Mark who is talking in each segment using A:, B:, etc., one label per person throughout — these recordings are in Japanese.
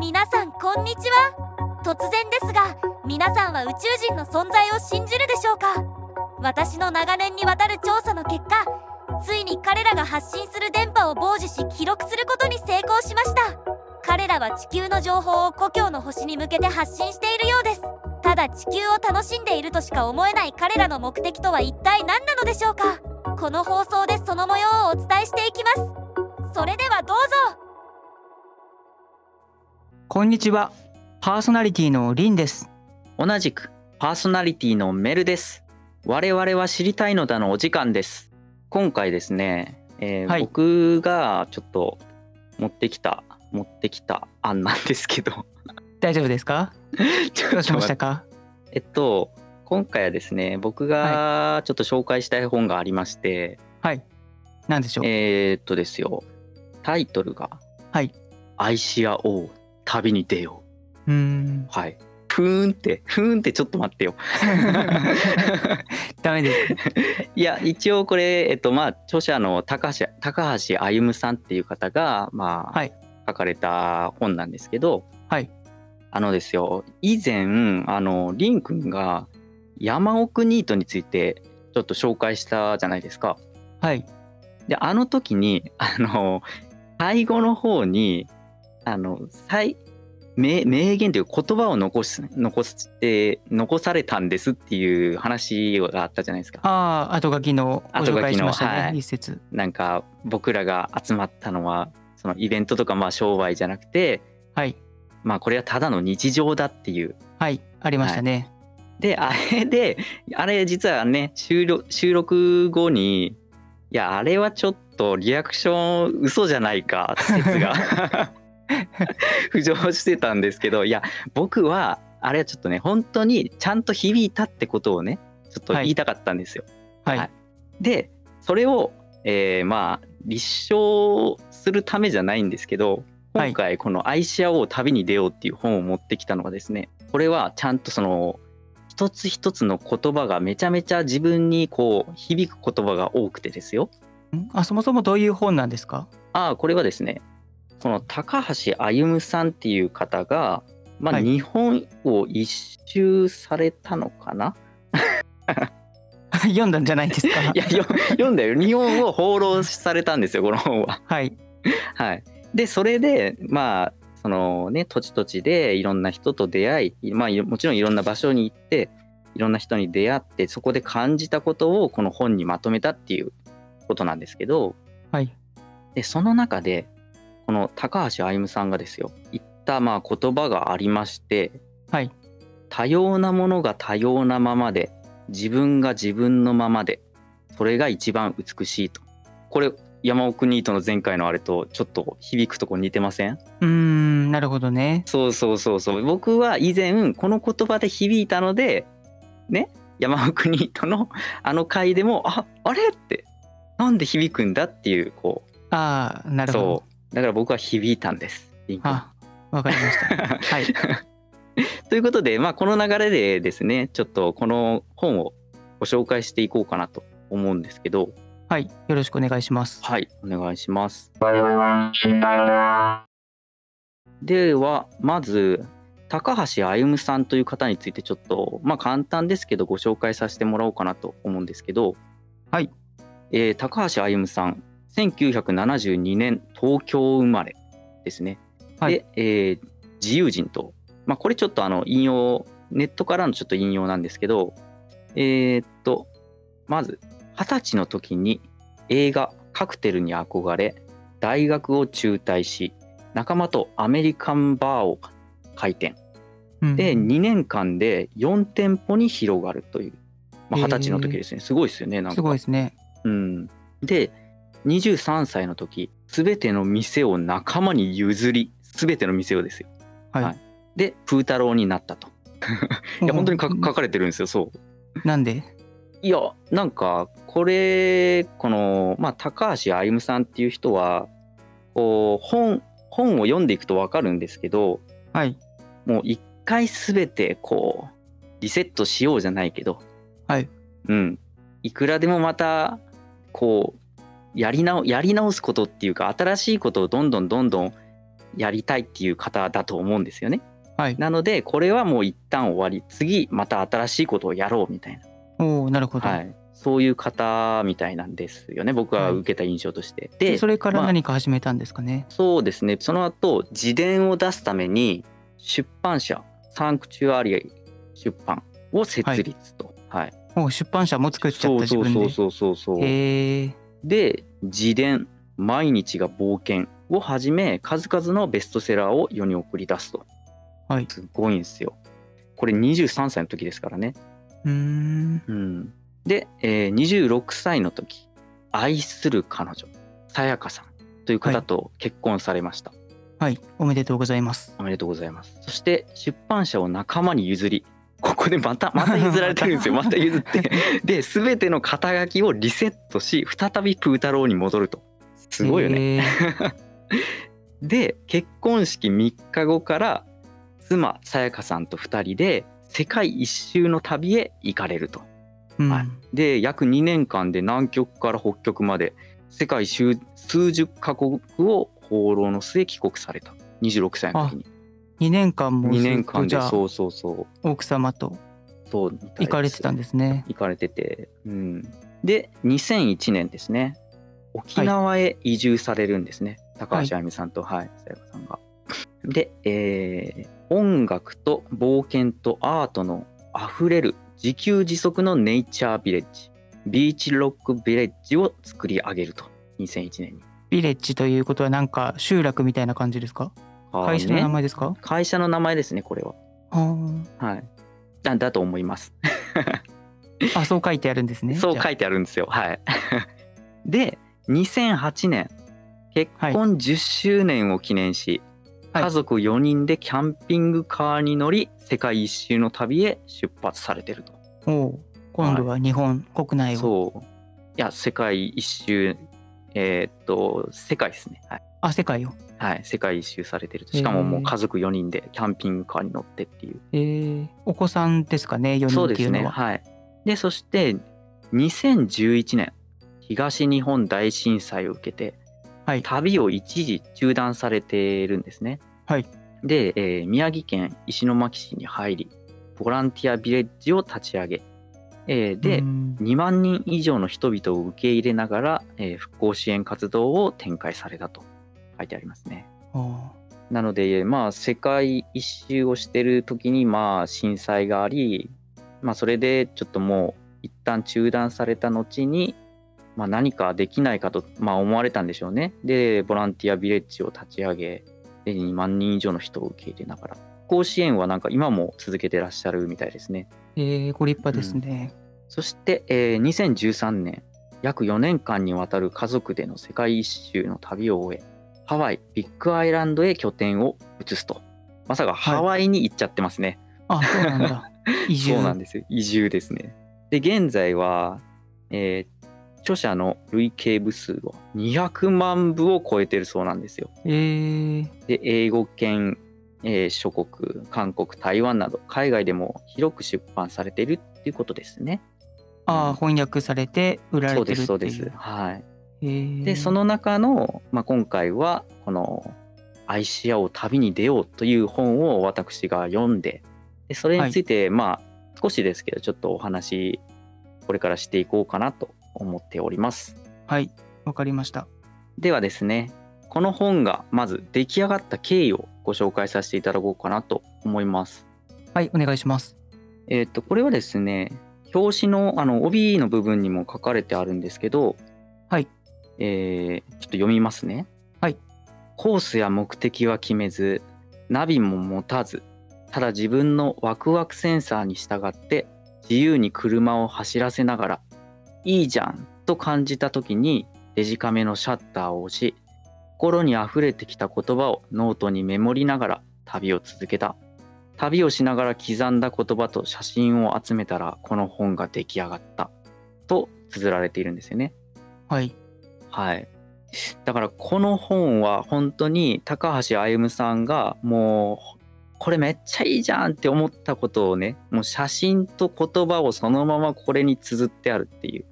A: 皆さんこんにちは突然ですが皆さんは宇宙人の存在を信じるでしょうか私の長年にわたる調査の結果ついに彼らが発信する電波を傍受し記録することに成功しました彼らは地球の情報を故郷の星に向けて発信しているようですただ地球を楽しんでいるとしか思えない彼らの目的とは一体何なのでしょうかこの放送でその模様をお伝えしていきますそれではどうぞ
B: こんにちは。パーソナリティのリンです。
C: 同じくパーソナリティのメルです。我々は知りたいのだのお時間です。今回ですね、えー
B: はい
C: 僕がちょっと持ってきた持ってきた案なんですけど、
B: 大丈夫ですか？
C: ちょっ
B: ど
C: と
B: うしまし
C: 待
B: た
C: って
B: か？
C: えっと今回はですね、僕がちょっと紹介したい本がありまして、
B: はい。なんでしょう。
C: えーっとですよ、タイトルが
B: はい
C: 愛し合おう旅に出よ
B: うーん
C: う。。はい。ふーんってふーんってちょっと待ってよ。
B: ダメ です。
C: いや一応これ、えっとまあ、著者の高橋高橋歩さんっていう方が、まあ
B: はい
C: 書かれた本なんですけど、
B: はい
C: あのですよ以前あのリン君が山奥ニートについてちょっと紹介したじゃないですか。
B: はい。
C: であの時にあの最後の方にあの最名名言という言葉を残す残す、えー残されたんですっていう話があったじゃないですか。
B: ああ、後書きのご紹介しました
C: 後書きの
B: ね。
C: はい
B: 一節。
C: なんか僕らが集まったのはそのイベントとかまあ商売じゃなくて
B: はい。
C: まあこれはただの日常だっていう。
B: はい。ありましたね。
C: であれであれ実はね収録収録後にいやあれはちょっとリアクション嘘じゃないか説が浮上してたんですけどいや僕はあれはちょっとね本当にちゃんと響いたってことをねちょっと言いたかったんですよ。
B: はい。
C: はいでそれを、えーまあ立証するためじゃないんですけど
B: はい
C: 今回この「愛し合おう旅に出よう」っていう本を持ってきたのがですねこれはちゃんとその一つ一つの言葉がめちゃめちゃ自分にこう響く言葉が多くてですよ。
B: んあ、そもそもどういう本なんですか？
C: ああこれはですねこの高橋歩さんっていう方が、まあ、
B: はい
C: 日本を一周されたのかな、
B: 読んだんじゃないですか？
C: いやよ読んだよ日本を放浪されたんですよこの本は。
B: はい。
C: はい、でそれでまあそのね土地土地でいろんな人と出会い、まあ、いろもちろんいろんな場所に行っていろんな人に出会ってそこで感じたことをこの本にまとめたっていうことなんですけど
B: はい。
C: でその中でこの高橋歩さんがですよ言ったまあ言葉がありまして、
B: はい
C: 多様なものが多様なままで自分が自分のままでそれが一番美しいとこれ山奥ニートの前回のあれとちょっと響くとこ似てません
B: うーん。なるほどね。
C: そうそうそうそう僕は以前この言葉で響いたのでね山奥ニートのあの回でもああれってなんで響くんだっていうこう
B: ああ、なるほど
C: そ。うだから僕は響いたんです。リンク
B: あ、わかりま した。はい。
C: ということで、まあ、この流れでですねちょっとこの本をご紹介していこうかなと思うんですけど
B: はい。よろしくお願いします。
C: はいお願いします。ではまず高橋歩さんという方についてちょっとまあ簡単ですけどご紹介させてもらおうかなと思うんですけど、
B: はい
C: えー高橋歩さん1972年東京生まれですね。
B: はい
C: で、えー自由人と、まあ、これちょっとあの引用ネットからのちょっと引用なんですけどえーっとまず二十歳の時に映画「カクテル」に憧れ大学を中退し仲間とアメリカンバーを開店
B: うん
C: で2年間で4店舗に広がるというまあ
B: へ
C: 二
B: ー
C: 十、歳の時ですねすごいですよねなん
B: す
C: か
B: ごいですね。
C: うん、で23歳の時全ての店を仲間に譲り全ての店をですよ
B: はい。
C: はいでプー太郎になったといや本当にか
B: うん
C: 書かれてるんですよそう
B: なんで
C: いやなんかこれこの、まあ、高橋歩さんっていう人はこう本本を読んでいくと分かるんですけど
B: はい
C: もう一回全てこうリセットしようじゃないけど
B: はい
C: うんいくらでもまたこうやりなおやり直すことっていうか新しいことをどんどんどんどんやりたいっていう方だと思うんですよね。
B: はい
C: なのでこれはもう一旦終わり次また新しいことをやろうみたいな、
B: おおなるほど、
C: はい、そういう方みたいなんですよね僕は受けた印象として。で
B: でそれから
C: まあ
B: 何か始めたんですかね、
C: そうですねその後自伝を出すために出版社サンクチュアリ出版を設立と。はい
B: もう出版社も作っちゃっ
C: そ
B: た
C: う
B: 自
C: そう
B: 分
C: そ
B: で
C: うそうそうそう。
B: へえ
C: で自伝「毎日が冒険」をはじめ数々のベストセラーを世に送り出すと
B: はい
C: すごいんですよこれ23歳の時ですからね、
B: うーん
C: うん、で、えー26歳の時愛する彼女さやかさんという方と結婚されました、
B: はいおめでとうございます
C: おめでとうございますそして出版社を仲間に譲りここでまたまた譲られてるん ですよまた譲ってで全ての肩書きをリセットし再びプー太郎に戻るとすごいよね
B: ね
C: で結婚式3日後から妻さやかさんと2人で世界一周の旅へ行かれると。
B: うん
C: はいで約2年間で南極から北極まで世界周数十カ国を放浪の末帰国された26歳の時に
B: 2年間もず
C: 2
B: っ
C: 年間
B: とじ
C: で
B: ゃあ
C: そうそうそう
B: 奥様と
C: そうみたいです
B: 行かれてたんですね
C: 行かれてて、うん、で2001年ですね沖縄へ移住されるんですね、高橋あゆみさんとはいさやかさんが。で、えー音楽と冒険とアートのあふれる自給自足のネイチャービレッジビーチロックビレッジを作り上げると2001年に。
B: ビレッジということはなんか集落みたいな感じですか会社の名
C: あーね
B: 前ですか
C: 会社の名前ですねこれは。
B: あ ー
C: はい、だだと思います。
B: あそう書いてあるんですね
C: そう書
B: い
C: いてあるんですよ。はい。 で、2008年、結婚10周年を記念し、
B: はい
C: 家族4人でキャンピングカーに乗り、世界一周の旅へ出発されてると。
B: おう今度は日本国内を
C: そう。いや、世界一周、えーっと、世界ですね。はい。
B: あ世界を
C: はい、世界一周されてると。しかももう家族4人でキャンピングカーに乗ってっていう。
B: えーお子さんですかね4人
C: そう
B: っ
C: で
B: てい
C: す
B: う
C: ね。
B: のは
C: はい。で、そして、2011年、東日本大震災を受けて、
B: はい
C: 旅を一時中断されているんですね。
B: はい
C: で、えー宮城県石巻市に入り、ボランティアビレッジを立ち上げ、えーで、
B: うん
C: 2万人以上の人々を受け入れながら、えー復興支援活動を展開されたと書いてありますね。
B: あ
C: なので、まあ、世界一周をしてる時に、まあ、震災があり、まあ、それでちょっともう一旦中断された後に、まあ、何かできないかと、まあ、思われたんでしょうね。でボランティアビレッジを立ち上げで2万人以上の人を受け入れながら復興支援はなんか今も続けてらっしゃるみたいですね。
B: ーえーご立派ですね、
C: そして、えー2013年約4年間にわたる家族での世界一周の旅を終えハワイビッグアイランドへ拠点を移すとまさかハワイに行っちゃってますね、
B: あそうなん だ移住
C: そうなんですよ移住ですねで現在は、えー著者の累計部数を200万部を超えてるそうなんですよ
B: えー
C: で英語圏、えー諸国韓国台湾など海外でも広く出版されているっていうことですね
B: ああ翻訳されて売ら
C: そ
B: れ
C: う
B: て
C: で
B: るってい
C: す
B: う
C: そうですはい
B: えー
C: でその中の、まあ、今回はこの「愛し合おう旅に出よう」という本を私が読んででそれについて、まあ少しですけどちょっとお話これからしていこうかなと思っております
B: はいわかりました
C: ではですねこの本がまず出来上がった経緯をご紹介させていただこうかなと思います
B: はいお願いします
C: えっ、とこれはですね表紙のあの帯の部分にも書かれてあるんですけど
B: はい
C: えーちょっと読みますね。
B: はい。
C: コースや目的は決めず、ナビも持たず、ただ自分のワクワクセンサーに従って自由に車を走らせながら、いいじゃんと感じた時にデジカメのシャッターを押し、心に溢れてきた言葉をノートにメモりながら旅を続けた。旅をしながら刻んだ言葉と写真を集めたらこの本が出来上がったと綴られているんですよね。
B: はい
C: はい。だからこの本は本当に高橋歩さんがもうこれめっちゃいいじゃんって思ったことをねもう写真と言葉をそのままこれに綴ってあるっていう。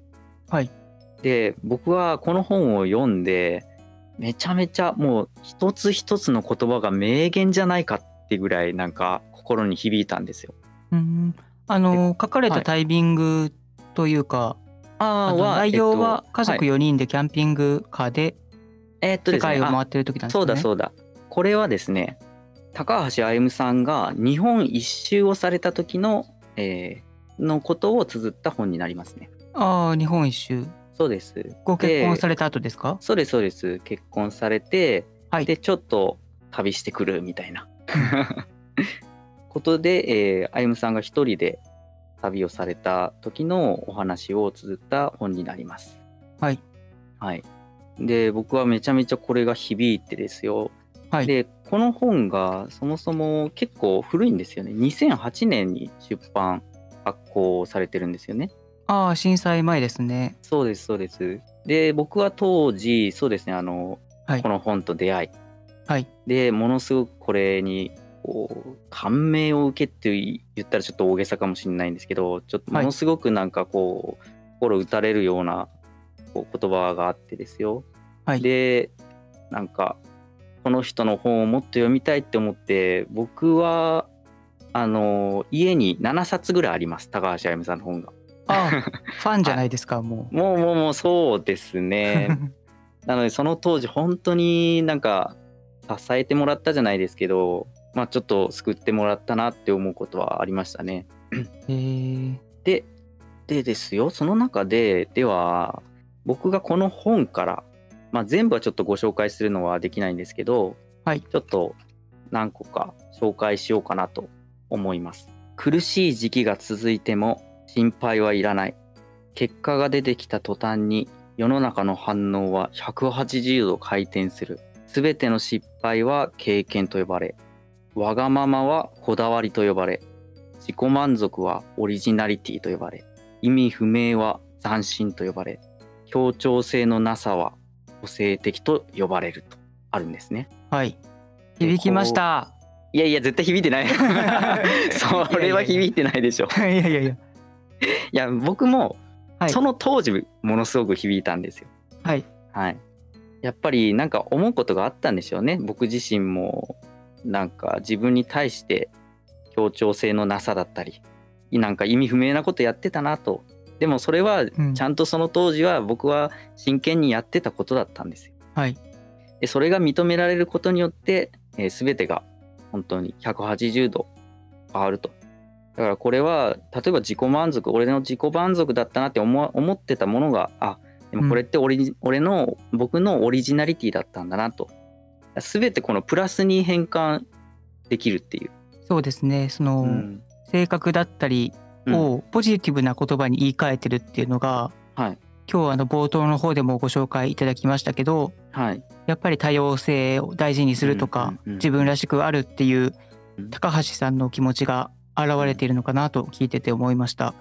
B: はい
C: で僕はこの本を読んでめちゃめちゃもう一つ一つの言葉が名言じゃないかってぐらいなんか心に響いたんですよ。
B: うんあの書かれたタイミングというか、あ
C: あ
B: の内容は家
C: えっと
B: 族4人でキャンピングカーで
C: えーっと
B: 世
C: ですね
B: 界を
C: あ
B: 回ってる時なんです
C: そ
B: よ
C: う
B: ね。
C: だそうだこれはですね高橋歩夢さんが日本一周をされた時の、えーのことを綴った本になりますね
B: ああ日本一周
C: そうです
B: ご結婚
C: で
B: された後ですか？
C: そうですそうです結婚されて、
B: はい
C: でちょっと旅してくるみた いなことで、えー、歩夢さんが一人で旅をされた時のお話を綴った本になります
B: はい
C: はいで僕はめちゃめちゃこれが響いてですよ
B: はい。
C: でこの本がそもそも結構古いんですよね2008年に出版発行されてるんですよね
B: ああ震災前ですね。
C: そうですそうですで僕は当時そうですねあの、
B: はい
C: この本と出会い、
B: はい
C: でものすごくこれにこう感銘を受けって言ったらちょっと大げさかもしれないんですけどちょっとものすごくなんかこう、心打たれるようなこう言葉があってですよ、
B: はい
C: でなんかこの人の本をもっと読みたいって思って僕はあの家に7冊ぐらいあります高橋あゆみさんの本が
B: ああ ファンじゃないですかもう。
C: もうもうもうそうですねなのでその当時本当になんか支えてもらったじゃないですけどまあちょっと救ってもらったなって思うことはありましたね
B: えー、
C: ででですよその中ででは僕がこの本から、まあ、全部はちょっとご紹介するのはできないんですけど、
B: はい
C: ちょっと何個か紹介しようかなと思います苦しい時期が続いても心配はいらない結果が出てきた途端に世の中の反応は180度回転する全ての失敗は経験と呼ばれわがままはこだわりと呼ばれ自己満足はオリジナリティと呼ばれ意味不明は斬新と呼ばれ協調性のなさは個性的と呼ばれるとあるんですね
B: はい響きました。
C: いやいや絶対響いてないそれは響いてないでしょ
B: い やいやいや
C: いや僕も
B: はい
C: その当時ものすごく響いたんですよ
B: はい
C: はいやっぱりなんか思うことがあったんでしょうね僕自身もなんか自分に対して協調性のなさだったりなんか意味不明なことやってたなとでもそれは
B: うん
C: ちゃんとその当時は僕は真剣にやってたことだったんですよ。
B: はい
C: でそれが認められることによって、えー全てが本当に180度変わると。だからこれは例えば自己満足俺の自己満足だったなって思わ思ってたものがあでもこれってオリジ、俺の僕のオリジナリティだったんだなと全てこのプラスに変換できるっていう。
B: そうですねその、
C: うん
B: 性格だったりをポジティブな言葉に言い換えてるっていうのが、
C: はい
B: 今日あの冒頭の方でもご紹介いただきましたけど
C: はい、
B: やっぱり多様性を大事にするとか、
C: うんうんうん
B: 自分らしくあるっていう
C: うん
B: 高橋さんの気持ちが現れているのかなと聞いてて思いました。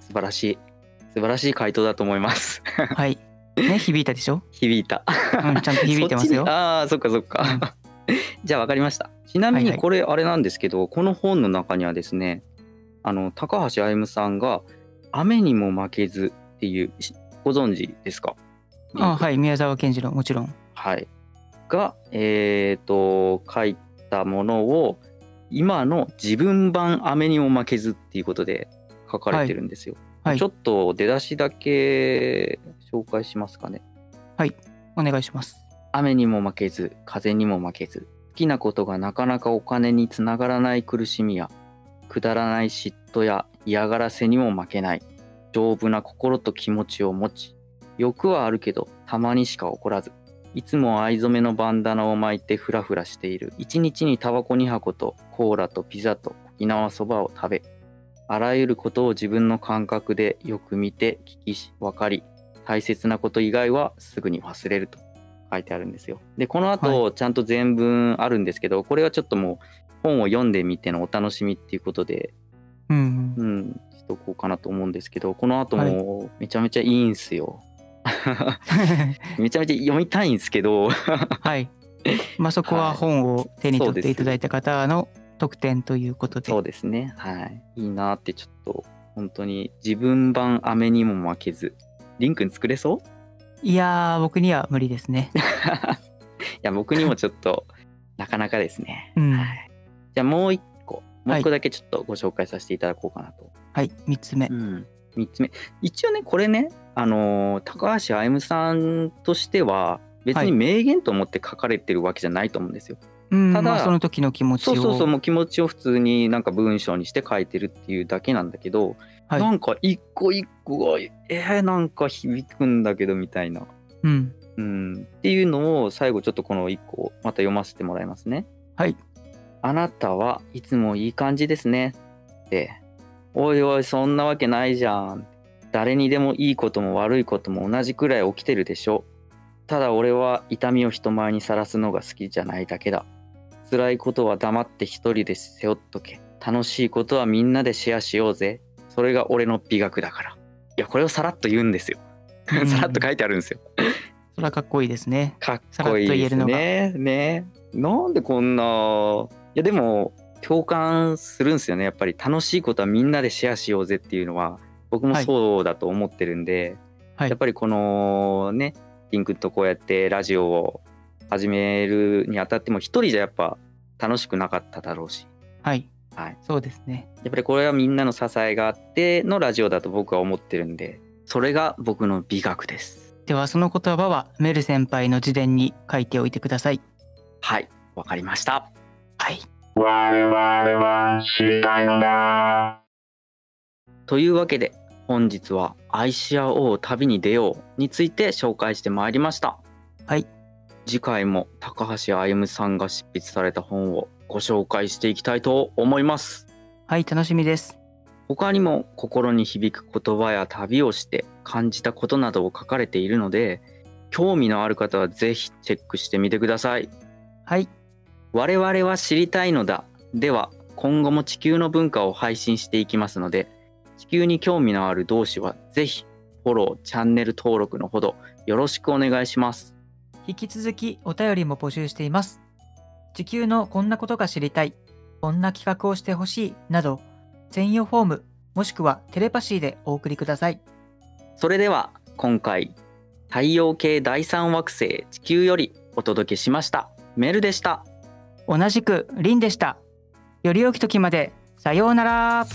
C: 素晴らしい素晴らしい回答だと思います。
B: はいね響いたでしょ、
C: 響いた。
B: うん、ちゃんと響いてます
C: そっ
B: よ
C: ちに。ああ、そっかそっか。 じゃあ分かりました。ちなみ
B: はい
C: に
B: はい
C: これあれなんですけど、この本の中にはですね、あの高橋歩夢さんが雨にも負けずっていうしご存知ですか？
B: あはい宮沢賢治のもちろん。
C: はい。がえっ、と書いたものを今の自分版雨にも負けずっていうことで書かれてるんですよ。
B: はい
C: ちょっと出だしだけ紹介しますかね。
B: お願いします。
C: 雨にも負けず風にも負けず好きなことがなかなかお金につながらない苦しみやくだらない嫉妬や嫌がらせにも負けない丈夫な心と気持ちを持ち欲はあるけどたまにしか怒らずいつも藍染めのバンダナを巻いてフラフラしている一日にタバコ2箱とコーラとピザと沖縄そばを食べあらゆることを自分の感覚でよく見て聞きし分かり大切なこと以外はすぐに忘れると書いてあるんですよ。でこの後、ちゃんと全文あるんですけどこれはちょっともう本を読んでみてのお楽しみっていうことで、
B: うん、
C: うん、しとこうかなと思うんですけどこの後もめちゃめちゃいいんすよ。 めちゃめちゃ読みたいんですけど
B: はい。 まあそこは本を手に取っていただいた方の特典ということで。
C: そうですねはいいいなってちょっと本当に自分版雨にも負けずリンくん作れそう
B: いやー僕には無理ですね。
C: や僕にもちょっと なかなかですね。
B: うん
C: は。いじゃあもう一個もう一個だけちょっとご紹介させていただこうかなと。
B: はい、三つ目
C: う。ん、3つ目一応ねこれね、あのー高橋歩夢さんとしては別
B: はい
C: に名言と思って書かれてるわけじゃないと思うんですよ。
B: うん、
C: ただ
B: まあその時の気持ち
C: そ
B: を。
C: うそうそうもう気持ちを普通になんか文章にして書いてるっていうだけなんだけど、
B: はい
C: なんか一個一個がえー、なんか響くんだけどみたいな、
B: うん。
C: うん、っていうのを最後ちょっとこの一個また読ませてもらいますね。
B: はい。
C: あなたはいつもいい感じですねって。おいおいそんなわけないじゃん。誰にでもいいことも悪いことも同じくらい起きてるでしょ。ただ俺は痛みを人前にさらすのが好きじゃないだけだ。辛いことは黙って一人で背負っとけ。楽しいことはみんなでシェアしようぜ。それが俺の美学だから。いやこれをさらっと言うんですよ。
B: うん
C: さらっと書いてあるんですよ。
B: それはかっこいいですね。
C: かっこいいです
B: さらっと言
C: ね。ねなんでこんな。いやでも共感するんですよねやっぱり楽しいことはみんなでシェアしようぜっていうのは僕も
B: はい
C: そうだと思ってるんで、
B: はい
C: やっぱりこのねリンクとこうやってラジオを始めるにあたっても一人じゃやっぱ楽しくなかっただろうし
B: はい。
C: はい。
B: そうですね。
C: やっぱりこれはみんなの支えがあってのラジオだと僕は思ってるんでそれが僕の美学です。
B: ではその言葉はメル先輩の自伝に書いておいてください。
C: はいわかりました。
B: はい。
D: 我々は知りたいのだ。
C: というわけで本日は「愛し合おう旅に出よう」について紹介してまいりました
B: はい
C: 次回も高橋歩さんが執筆された本をご紹介していきたいと思います
B: はい、楽しみです。
C: 他にも心に響く言葉や旅をして感じたことなどを書かれているので興味のある方はぜひチェックしてみてください
B: はい。
C: 我々は知りたいのだでは今後も地球の文化を配信していきますので地球に興味のある同士はぜひフォローチャンネル登録のほどよろしくお願いします
B: 引き続きお便りも募集しています。地球のこんなことが知りたい、こんな企画をしてほしいなど、専用フォームもしくはテレパシーでお送りください。
C: それでは今回太陽系第三惑星地球よりお届けしましたメルでした
B: 同じくリンでした。より良き時まで、さようなら。